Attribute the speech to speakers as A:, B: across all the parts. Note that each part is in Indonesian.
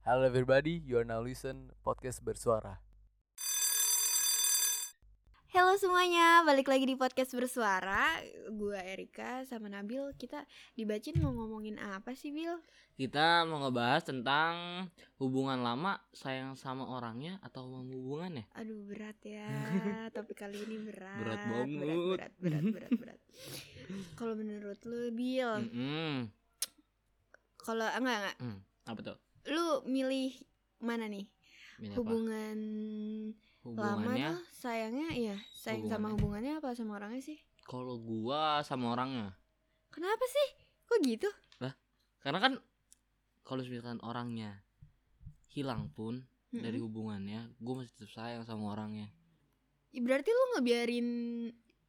A: Hello everybody, you are now listen podcast bersuara.
B: Halo semuanya, balik lagi di podcast bersuara Gua Erika sama Nabil Kita dibacin mau ngomongin apa sih Bil?
C: Kita mau ngebahas tentang hubungan lama, sayang sama orangnya atau hubungan ya?
B: Aduh berat ya, topik kali ini berat
C: Berat banget.
B: Berat, berat, berat, berat, berat. Kalau menurut lu Bil,
C: Hmm. Mm-mm.
B: kalau ah, enggak, enggak
C: Apa tuh?
B: Lu milih mana nih?
C: Ini apa?
B: Hubungan lama
C: Hubungannya
B: tuh sayangnya ya Sayang sama hubungannya
C: Hubungannya.
B: apa sama orangnya sih?
C: kalau gua sama orangnya.
B: Kenapa sih? Kok gitu?
C: Karena kan kalau misalkan orangnya hilang pun dari hubungannya, gua masih tetap sayang sama orangnya.
B: berarti lu ngebiarin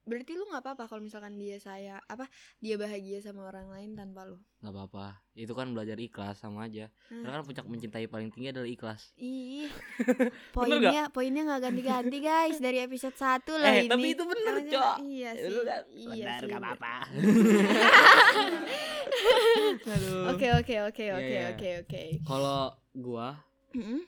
B: berarti lu nggak apa-apa kalau misalkan dia saya apa dia bahagia sama orang lain tanpa lu
C: nggak apa-apa. Itu kan belajar ikhlas sama aja. Karena kan puncak mencintai paling tinggi adalah ikhlas.
B: ih poinnya poinnya nggak ganti-ganti guys dari episode 1 lah
C: Eh,
B: ini
C: tapi itu bener,
B: Emang
C: Cok.
B: iya sih
C: Lu kan
B: iya
C: benar,
B: sih,
C: nggak
B: bener.
C: apa-apa.
B: oke oke oke
C: Iya,
B: oke
C: iya.
B: oke oke
C: Kalau gua
B: Mm-mm,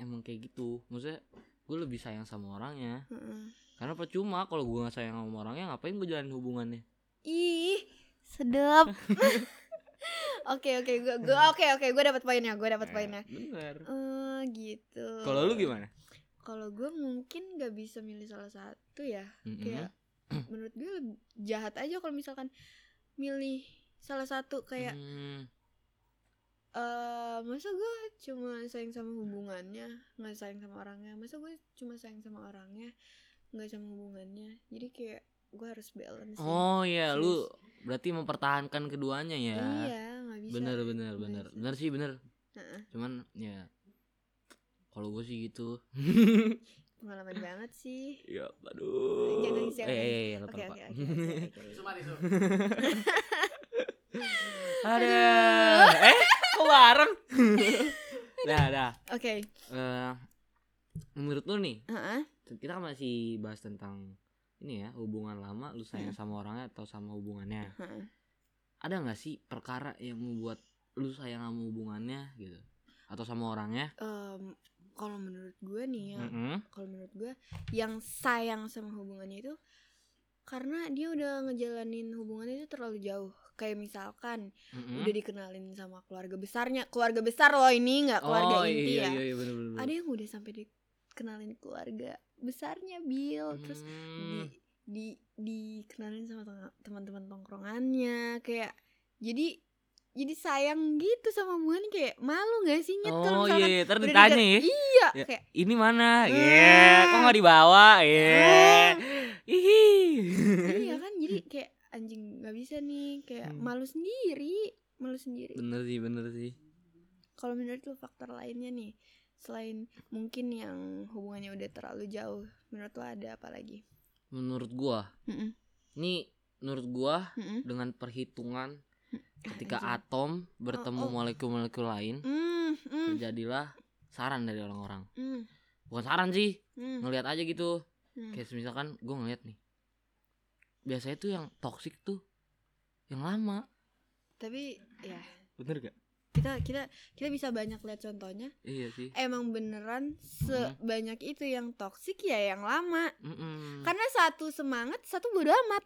C: emang kayak gitu maksudnya gue lebih sayang sama orangnya
B: mm-mm.
C: karena percuma kalau gue nggak sayang sama orangnya ngapain gue jalanin hubungannya
B: ih sedap oke oke gua gua oke oke gua dapat poinnya gua
C: Iya.
B: dapat poinnya
C: bener
B: eh gitu
C: kalau lu gimana
B: kalau gue mungkin nggak bisa milih salah satu ya kayak
C: Mm-hmm.
B: menurut gue lebih jahat aja kalau misalkan milih salah satu kayak
C: Mm-hmm.
B: eh masa gue cuma sayang sama hubungannya nggak sayang sama orangnya masa gue cuma sayang sama orangnya nggak sama hubungannya jadi kayak gue harus balance sih.
C: oh ya
B: Serius.
C: lu berarti mempertahankan keduanya ya
B: iya nggak bisa
C: bener bener bener Nah.
B: Bisa.
C: bener sih bener
B: Heeh.
C: cuman ya kalau gue sih gitu
B: pengalaman banget sih
C: ya aduh
B: Jangan,
C: eh
B: jangan.
C: eh, eh lupa
B: oke
C: lupa
B: oke oke oke, oke.
C: ada eh kok bareng dah dah
B: oke
C: Eh, menurut lu nih
B: Heeh.
C: kita kan masih bahas tentang ini ya hubungan lama lu
B: Hmm.
C: sayang sama orangnya atau sama hubungannya
B: Heeh.
C: ada nggak sih perkara yang membuat lu sayang sama hubungannya gitu atau sama orangnya
B: Em, kalau menurut gue nih ya
C: Mm-mm.
B: kalau menurut gue yang sayang sama hubungannya itu karena dia udah ngejalanin hubungannya itu terlalu jauh kayak misalkan
C: Mm-mm.
B: udah dikenalin sama keluarga besarnya keluarga besar loh ini nggak keluarga
C: oh,
B: inti ya
C: iya, iya, iya, bener, bener, bener.
B: ada yang udah sampai dikenalin keluarga besarnya Bill terus
C: Hmm,
B: di, di dikenalin sama teng- teman-teman tongkrongannya kayak jadi jadi sayang gitu sama hubungan kayak malu gak sih nyet kalau
C: oh iya,
B: misalkan
C: iya ntar
B: udah
C: ditanya
B: deket-
C: ya
B: iya
C: Ya.
B: kayak
C: ini mana ya
B: Ah.
C: kok nggak dibawa ya
B: Ah.
C: ihi
B: iya kan jadi kayak anjing nggak bisa nih kayak
C: Hmm.
B: malu sendiri malu sendiri
C: bener sih bener sih
B: kalau menurut lo faktor lainnya nih selain mungkin yang hubungannya udah terlalu jauh menurut lo ada apa lagi
C: menurut gua
B: Mm-mm,
C: ini menurut gua
B: mm-mm.
C: dengan perhitungan ketika
B: anjing.
C: atom bertemu
B: Oh, oh.
C: molekul-molekul lain
B: Mm,
C: Hmm.
B: mm,
C: terjadilah Gitu. saran dari orang-orang
B: mm,
C: bukan saran sih
B: mm,
C: ngelihat aja gitu
B: mm.
C: kayak misalkan gue ngelihat nih biasanya tuh yang toksik tuh yang lama
B: tapi ya
C: bener gak
B: kita kita kita bisa banyak lihat contohnya
C: iya sih
B: emang beneran sebanyak
C: Hmm.
B: itu yang toksik ya yang lama
C: Eh, Mm-mm.
B: karena satu semangat satu bodo amat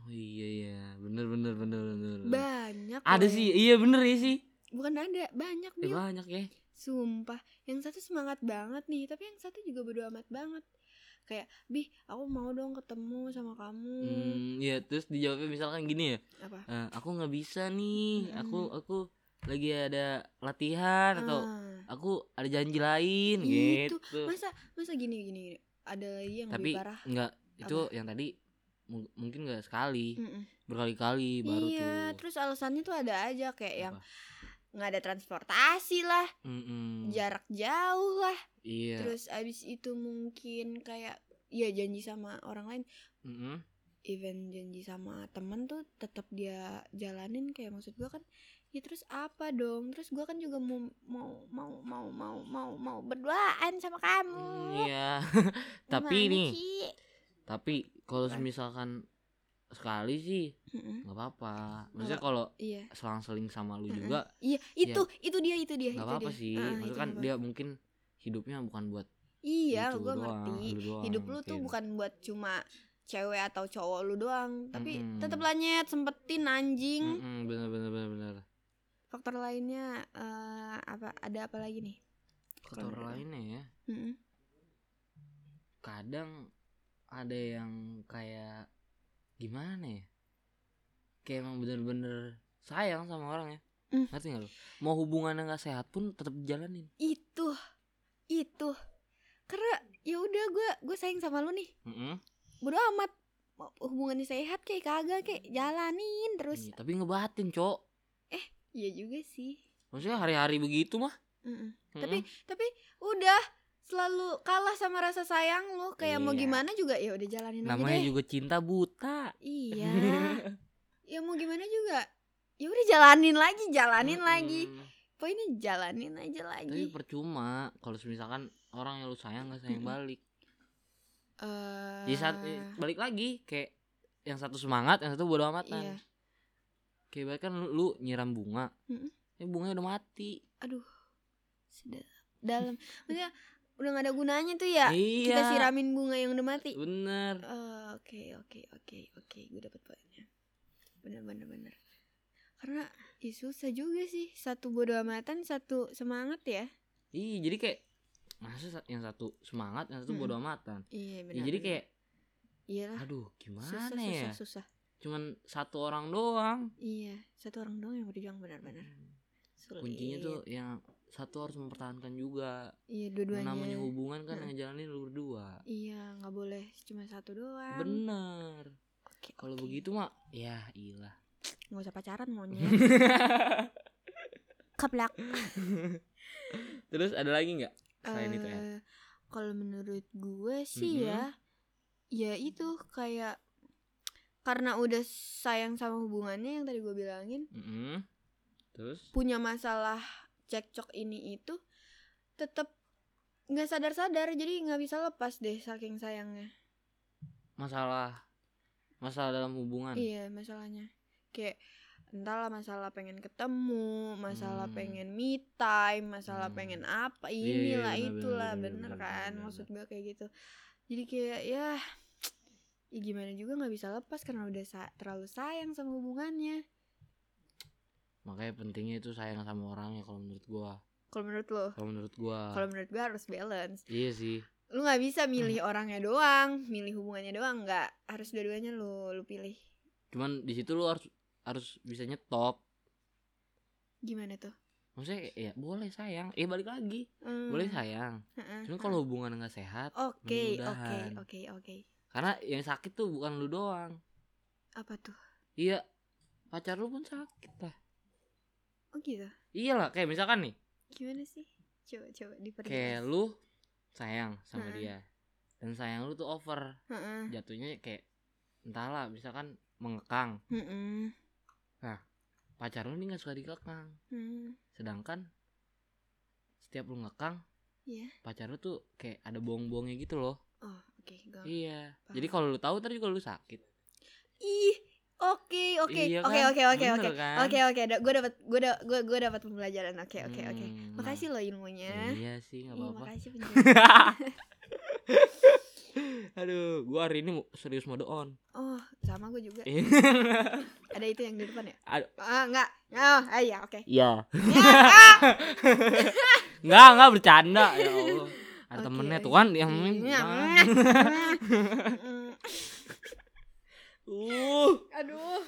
C: oh iya iya bener bener bener bener
B: banyak
C: Hmm. ada
B: loh
C: sih
B: yang-
C: iya bener ya sih
B: bukan ada banyak
C: eh,
B: Bil.
C: banyak ya
B: Sumpah, yang satu semangat banget nih, tapi yang satu juga bodo amat banget. Kayak, "Bih, aku mau dong ketemu sama kamu."
C: Hmm, iya terus dijawabnya misalkan gini ya
B: Apa?
C: "Eh, aku nggak bisa nih
B: Mm-mm.
C: aku aku lagi ada latihan atau
B: Ah,
C: aku ada janji lain
B: Itu,
C: gitu
B: masa masa gini gini, gini. ada lagi yang
C: tapi
B: lebih parah.
C: nggak itu yang tadi mu- mungkin nggak sekali
B: Mm-mm.
C: berkali-kali baru
B: iya,
C: tuh
B: terus alasannya tuh ada aja kayak yang
C: Apa?
B: nggak ada transportasi lah,
C: Mm-mm.
B: jarak jauh lah.
C: iya
B: Terus abis itu mungkin kayak ya janji sama orang lain,
C: Mm-mm.
B: event janji sama temen tuh tetap dia jalanin kayak maksud gua kan ya terus apa dong terus gua kan juga mau mau mau mau mau mau mau berduaan sama kamu
C: Mm, iya
B: Oh.
C: tapi
B: Gimana,
C: nih
B: Ci?
C: tapi kalau
B: Apa?
C: misalkan sekali sih
B: Mm-mm.
C: nggak apa-apa maksudnya kalau
B: Iya.
C: selang-seling sama lu
B: Mm-mm.
C: juga ya.
B: Iya, itu itu dia itu dia. itu
C: nggak apa-apa
B: dia.
C: sih
B: Ah,
C: maksudnya
B: itu
C: kan
B: nggak
C: dia mungkin hidupnya bukan buat
B: Iya,
C: itu
B: gue
C: doang,
B: ngerti.
C: lu doang
B: Hidup lu tuh
C: mungkin.
B: bukan buat cuma cewek atau cowok lu doang, tapi
C: Mm-mm.
B: tetep lanyet sempetin anjing.
C: Mm-mm, bener bener bener bener
B: Faktor lainnya eh, apa ada apa lagi nih?
C: kotor
B: Bener.
C: lainnya ya
B: Mm-mm.
C: kadang ada yang kayak gimana ya kayak emang bener-bener sayang sama orang ya
B: Mm.
C: ngerti gak lu mau hubungannya nggak sehat pun tetap dijalanin
B: Itu itu karena ya udah gue gue sayang sama lu nih
C: Mm-mm.
B: bodo amat Mau hubungannya sehat kayak kagak kayak jalanin terus
C: Iya, tapi ngebatin cok
B: iya juga sih
C: maksudnya hari-hari begitu mah
B: Mm-mm.
C: Mm-mm.
B: Tapi tapi udah selalu kalah sama rasa sayang lo kayak mau
C: Iya.
B: gimana juga ya udah jalanin aja
C: namanya
B: deh.
C: juga cinta buta
B: Iya. ya mau gimana juga ya udah jalanin lagi, jalanin
C: Mm-mm.
B: lagi. Poinnya jalanin aja lagi.
C: tapi percuma kalau misalkan orang yang lu sayang nggak sayang
B: Mm-mm.
C: balik
B: Eh,
C: di saat balik lagi kayak yang satu semangat yang satu bodo amatan
B: Iya.
C: Kayak bahkan lu, lu nyiram bunga
B: Mm-mm.
C: ya bunganya udah mati
B: aduh. Sudah dalam. Maksudnya udah gak ada gunanya tuh ya.
C: iya
B: Kita siramin bunga yang udah mati.
C: bener
B: Eh, Oke oke oke oke gue dapet poinnya bener bener bener karena ih, susah juga sih satu bodo amatan satu semangat ya
C: iya jadi kayak masa sa- yang satu semangat yang satu
B: Mm-mm.
C: bodo amatan
B: iya Hmm. benar
C: ya, jadi kayak
B: iyalah
C: aduh
B: susah
C: gimana
B: susah
C: ya
B: susah
C: cuman satu orang doang
B: iya satu orang doang yang berjuang benar benar Iya. sulit
C: kuncinya tuh yang satu harus mempertahankan juga
B: iya dua-duanya
C: Yang namanya hubungan kan
B: Mm.
C: yang jalanin lu berdua
B: iya nggak boleh cuma satu doang
C: bener
B: Oke,
C: kalau
B: oke.
C: begitu mah ya ilah
B: nggak usah pacaran monyet kaplak
C: terus ada lagi nggak selain itu ya
B: Eh, Kalau menurut gue sih
C: Mhm.
B: ya, ya itu kayak karena udah sayang sama hubungannya yang tadi gue bilangin,
C: Mm-mm. terus
B: punya masalah cekcok ini itu, tetap nggak sadar-sadar jadi nggak bisa lepas deh saking sayangnya.
C: masalah masalah dalam hubungan
B: Iya masalahnya, kayak entahlah masalah pengen ketemu, masalah
C: Hmm.
B: pengen me time, masalah
C: Hmm.
B: pengen apa
C: iya,
B: inilah
C: benar, benar,
B: itulah
C: benar,
B: bener,
C: benar,
B: kan
C: benar,
B: maksud gue kayak gitu. Jadi kayak ya, ya gimana juga nggak bisa lepas karena udah sa- terlalu sayang sama hubungannya.
C: makanya pentingnya itu sayang sama orang ya kalau menurut gua
B: Kalau menurut lo,
C: kalau menurut gua
B: kalau menurut gue harus balance.
C: iya sih
B: Lu nggak bisa milih
C: Hmm.
B: orangnya doang, milih hubungannya doang nggak harus dua-duanya lu lu pilih.
C: cuman di situ lu harus harus bisa nyetop
B: Gimana tuh?
C: maksudnya ya boleh sayang eh balik lagi
B: Hmm,
C: boleh sayang
B: heeh.
C: cuman kalau hubungan nggak sehat
B: Oke, oke,
C: mending udahan.
B: oke, oke.
C: karena yang sakit tuh bukan lu doang
B: Apa tuh?
C: iya pacar lu pun sakit lah
B: Oh gitu.
C: iyalah kayak misalkan nih
B: Gimana sih? Coba coba
C: kayak
B: diperjelas.
C: lu sayang sama
B: Heeh.
C: dia dan sayang lu tuh over
B: Heeh.
C: jatuhnya kayak entahlah misalkan mengekang
B: Heeh.
C: pacar lu nih nggak suka dikekang
B: Hmm.
C: sedangkan setiap lu ngekang
B: Iya.
C: pacar lu tuh kayak ada bohong-bohongnya gitu loh
B: Oh, oke, gua-
C: iya
B: paham.
C: jadi kalau lu tahu tadi kalau lu sakit
B: Ih, oke, oke.
C: Iya
B: Oke,
C: kan?
B: oke, oke,
C: Bener
B: oke.
C: kan?
B: Oke, oke. Gue dapat gue da- gue gue dapat pembelajaran. Oke, oke, oke.
C: Hmm, nah,
B: Makasih lo ilmunya.
C: iya sih nggak
B: Ih,
C: apa-apa
B: makasih penjelasan.
C: aduh gua hari ini mau- serius mode on
B: Oh, sama gue juga.
C: Iya.
B: Ada itu yang di depan ya?
C: Aduh.
B: Ah, enggak. Oh, ah, iya, oke.
C: iya
B: Ya, ah.
C: nggak nggak bercanda ya Allah ada
B: Oke,
C: temennya
B: oke.
C: tuh kan yang
B: Iya.
C: Jangan.
B: Mm,
C: uh
B: Aduh.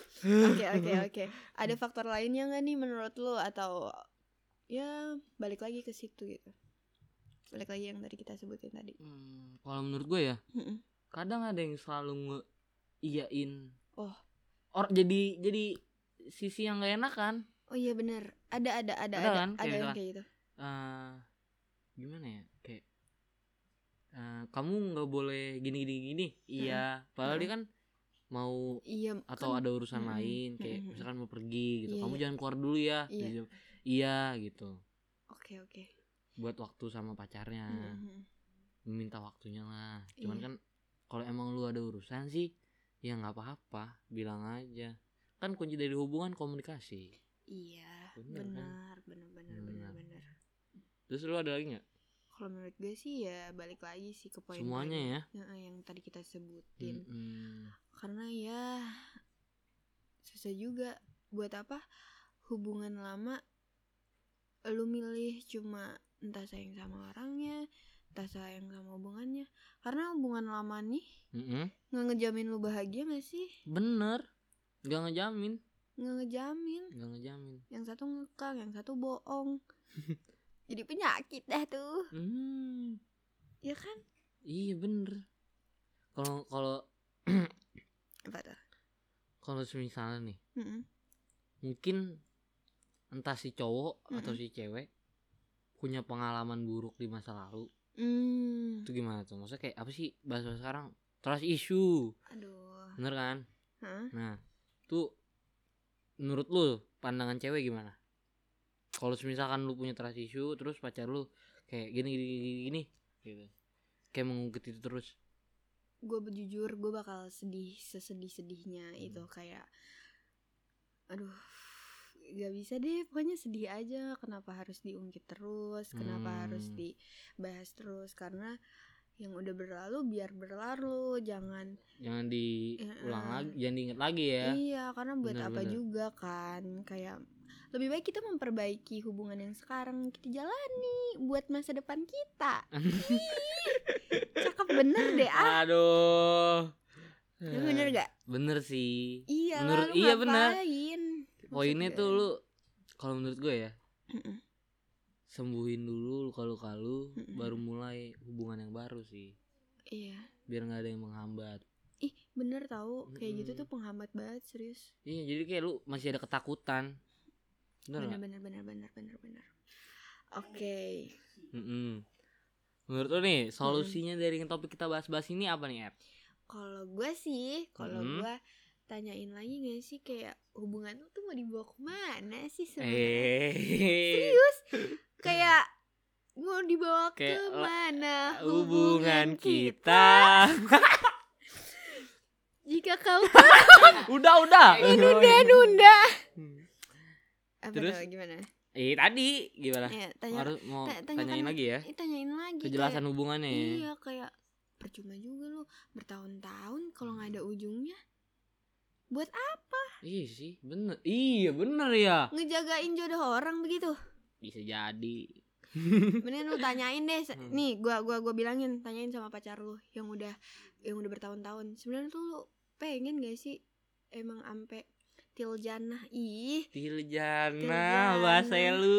B: Oke, oke, oke. Ada faktor lainnya nggak nih menurut lo atau ya balik lagi ke situ gitu. Balik lagi yang tadi kita sebutin tadi.
C: Hmm, kalau menurut gue ya
B: Mm-mm.
C: kadang ada yang selalu nge iyain
B: Oh.
C: or jadi jadi sisi yang gak enak kan
B: Oh iya bener Ada ada ada
C: Ada
B: ada
C: kan?
B: ada
C: Kayak
B: yang
C: misalkan.
B: kayak gitu.
C: Eh, gimana ya kayak eh, kamu nggak boleh gini gini gini iya padahal dia kan mau
B: Iya. kan-
C: atau ada urusan
B: Mm-mm,
C: lain kayak
B: mm-mm.
C: misalkan mau pergi gitu
B: Iya,
C: kamu
B: iya.
C: jangan keluar dulu ya
B: Iya.
C: Dia jawab, iya gitu
B: Oke oke.
C: buat waktu sama pacarnya
B: Mm-mm.
C: minta waktunya lah cuman
B: Iya.
C: kan kalau emang lu ada urusan sih ya nggak apa-apa bilang aja kan kunci dari hubungan komunikasi
B: iya
C: Bener, kan?
B: benar benar benar benar
C: Benar.
B: benar
C: terus lu ada lagi nggak
B: kalau menurut gue sih ya balik lagi sih ke poin
C: semuanya
B: tadi.
C: ya
B: Nah, yang tadi kita sebutin
C: Mm-mm.
B: karena ya susah juga buat apa hubungan lama lu milih cuma entah sayang sama orangnya entah sayang sama hubungannya karena hubungan lama nih
C: Mm-mm.
B: nggak ngejamin lu bahagia gak sih
C: bener nggak ngejamin
B: nggak ngejamin
C: nggak ngejamin
B: yang satu ngekang yang satu bohong jadi penyakit dah tuh
C: Hmm,
B: ya kan
C: iya bener kalau kalau
B: apa tuh
C: kalau misalnya nih
B: Mm-mm.
C: mungkin entah si cowok atau
B: Mm-mm.
C: si cewek punya pengalaman buruk di masa lalu
B: Hmm.
C: itu gimana tuh maksudnya kayak apa sih bahasa sekarang trust issue
B: aduh
C: bener kan
B: Hah?
C: nah tuh menurut lu pandangan cewek gimana kalau misalkan lu punya trust issue terus pacar lu kayak gini gini gini, gini gitu kayak mengungkit itu terus
B: gue jujur gue bakal sedih sesedih sedihnya
C: Hmm.
B: itu kayak aduh gak bisa deh pokoknya sedih aja kenapa harus diungkit terus kenapa
C: Hmm.
B: harus dibahas terus karena yang udah berlalu biar berlalu jangan
C: jangan diulang
B: Iya.
C: lagi jangan diinget lagi ya
B: iya karena buat
C: Bener,
B: apa
C: bener.
B: juga kan kayak lebih baik kita memperbaiki hubungan yang sekarang kita jalani buat masa depan kita cakep bener deh ah
C: aduh
B: Lu Ya, bener gak
C: bener sih
B: iya
C: Menurut-
B: lu
C: iya, bener.
B: ngapain? Maksud
C: poinnya
B: gue.
C: tuh lu kalau menurut gue ya
B: Mm-mm.
C: sembuhin dulu luka-luka lu
B: Mm-mm.
C: baru mulai hubungan yang baru sih
B: Iya.
C: biar nggak ada yang menghambat
B: Ih, bener tahu kayak gitu
C: Mm-mm.
B: tuh penghambat banget serius.
C: iya jadi kayak lu masih ada ketakutan
B: Bener
C: bener nggak?
B: bener bener bener bener bener. Oke.
C: Mm-mm. menurut lu nih solusinya dari yang topik kita bahas-bahas ini apa nih Ed?
B: Kalau gue sih, kalau
C: Mm-mm.
B: gue tanyain lagi gak sih kayak hubungan lu tuh mau dibawa kemana sih sebenarnya?
C: eh
B: Serius? kayak mau dibawa ke
C: Kayak la-
B: mana
C: hubungan kita
B: Jika kau
C: udah udah
B: menunda. Apa
C: Terus?
B: tuh, gimana?
C: eh tadi gimana
B: Ya, tanya,
C: harus mau
B: ta- tanyakan-
C: tanyain lagi ya
B: eh, tanyain lagi. kayak-
C: kejelasan hubungannya ya.
B: Iya kayak percuma juga lu bertahun-tahun kalau nggak ada ujungnya. Buat apa
C: Iya sih, bener. Iya bener ya.
B: ngejagain jodoh orang begitu?
C: Bisa jadi.
B: Mendingan lu tanyain deh. se-
C: Hmm.
B: Nih, gua gua gua bilangin, tanyain sama pacar lu yang udah yang udah bertahun-tahun. Sebenarnya tuh lu pengen gak sih emang ampe til jannah? Ih,
C: Tiljana
B: Tiljana.
C: bahasa ya lu.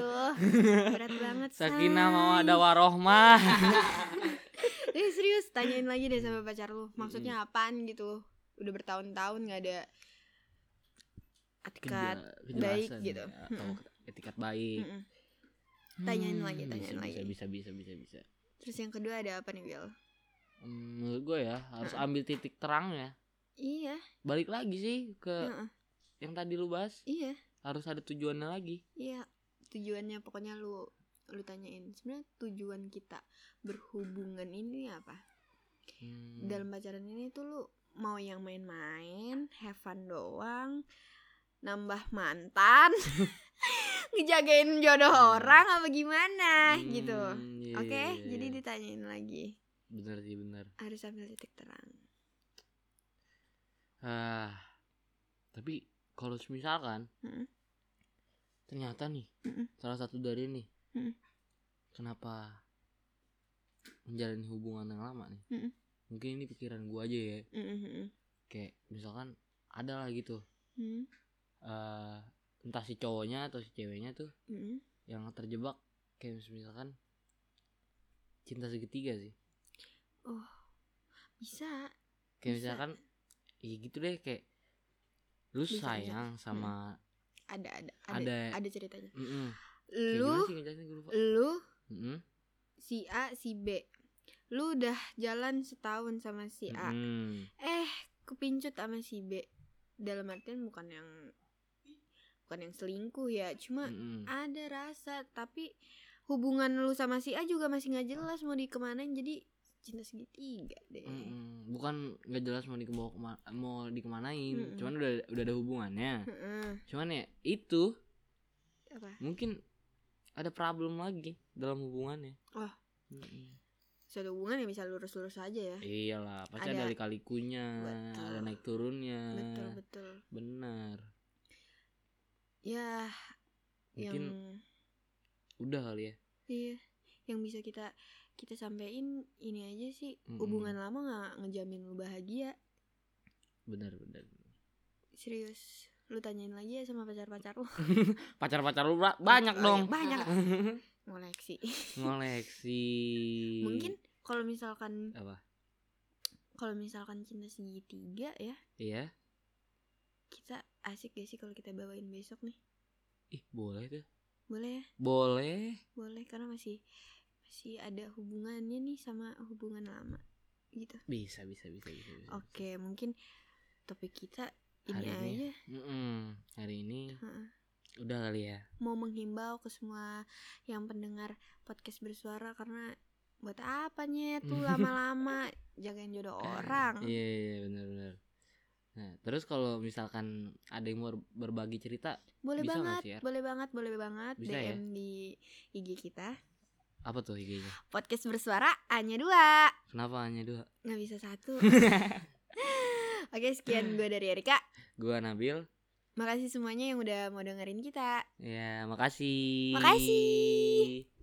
B: aduh. berat banget.
C: Sakinah mau
B: say. Iya,
C: ada warohmah.
B: Eh serius, tanyain lagi deh sama pacar lu.
C: Hmm.
B: Maksudnya apaan gitu? Udah bertahun-tahun nggak ada atikat. baik gitu.
C: ya, Atau etikat baik.
B: Mm-mm. Tanyain
C: Hmm,
B: lagi,
C: bisa,
B: tanyain lagi.
C: Bisa bisa bisa bisa. bisa.
B: Terus yang kedua ada apa nih, Bill?
C: Hmm, menurut gue ya harus
B: Ah.
C: ambil titik terangnya.
B: Iya,
C: Balik lagi sih ke
B: heeh.
C: yang tadi lu bahas.
B: iya,
C: Harus ada tujuannya lagi.
B: iya. Tujuannya pokoknya lu lu tanyain. Sebenarnya tujuan kita berhubungan ini apa?
C: Hmm.
B: Dalam pacaran ini tuh lu mau yang main-main, have fun doang, nambah mantan, ngejagain jodoh
C: Hmm.
B: orang apa gimana
C: Hmm,
B: gitu.
C: iya,
B: Oke,
C: iya, iya,
B: jadi
C: iya.
B: ditanyain lagi.
C: bener sih bener.
B: Harus ambil titik terang.
C: Ah, tapi kalau misalkan
B: Mm-mm.
C: ternyata nih
B: Mm-mm.
C: salah satu dari nih
B: Mm-mm.
C: kenapa menjalani hubungan yang lama nih
B: Mm-mm.
C: mungkin ini pikiran gua aja ya
B: Mm-mm-mm.
C: kayak misalkan ada lah gitu
B: Mm,
C: eh entah si cowoknya atau si ceweknya tuh
B: mm-mm.
C: yang terjebak kayak misalkan cinta segitiga sih
B: Bisa.
C: kayak
B: Bisa.
C: misalkan iya gitu deh kayak lu
B: Bisa, bisa.
C: sayang sama
B: Ada ada ada ada,
C: Ada-
B: ceritanya.
C: Mm-mm. Kayak gimana
B: Lu
C: sih ngejelasin gue lupa
B: lu
C: Mm-mm.
B: si A si B lu udah jalan setahun sama si A
C: Mm-mm.
B: eh kepincut sama si B dalam artian bukan yang bukan yang selingkuh ya cuma
C: Mm-mm.
B: ada rasa tapi hubungan lu sama si A juga masih nggak jelas mau dikemanain jadi cinta segitiga deh
C: Mm-mm. bukan nggak jelas mau dikebawa kema- mau dikemanain
B: Mm-mm.
C: cuman udah udah ada hubungannya
B: Heeh.
C: cuman ya itu
B: apa
C: mungkin ada problem lagi dalam hubungannya
B: Oh.
C: Mm-mm.
B: suatu hubungan yang bisa lurus-lurus aja ya
C: iyalah pasti
B: Ada-
C: ada, lika-likunya
B: Betul.
C: ada naik turunnya
B: betul betul
C: benar
B: ya
C: mungkin
B: yang
C: udah kali ya
B: Iya, yang bisa kita kita sampein ini aja sih
C: Mm-mm.
B: hubungan lama nggak ngejamin lu bahagia
C: benar benar
B: serius lu tanyain lagi ya sama pacar pacar lu
C: pacar pacar lu ba- banyak
B: Oh, iya,
C: dong Iya.
B: banyak ngoleksi
C: ngoleksi
B: mungkin kalau misalkan
C: Apa?
B: kalau misalkan cinta segitiga ya
C: iya
B: kita asik gak sih kalau kita bawain besok nih
C: ih boleh tuh
B: boleh ya
C: boleh
B: boleh karena masih masih ada hubungannya nih sama hubungan lama gitu
C: bisa bisa bisa bisa, bisa.
B: oke mungkin topik kita ini
C: Iya. Hari ini ya.
B: aja
C: Mm-mm. hari ini
B: Heeh.
C: udah kali ya
B: mau menghimbau ke semua yang pendengar podcast bersuara karena buat apa nyet tuh lama-lama jagain jodoh orang
C: iya iya benar benar nah terus kalau misalkan ada yang mau berbagi cerita
B: boleh
C: bisa nggak
B: banget
C: sih, Er?
B: boleh banget boleh banget
C: Bisa
B: dm
C: ya?
B: di ig kita
C: apa tuh IG-nya
B: podcast bersuara hanya dua
C: kenapa hanya dua
B: nggak bisa satu oke sekian gue dari Erika
C: gua Nabil
B: makasih semuanya yang udah mau dengerin kita
C: ya makasih
B: Makasih.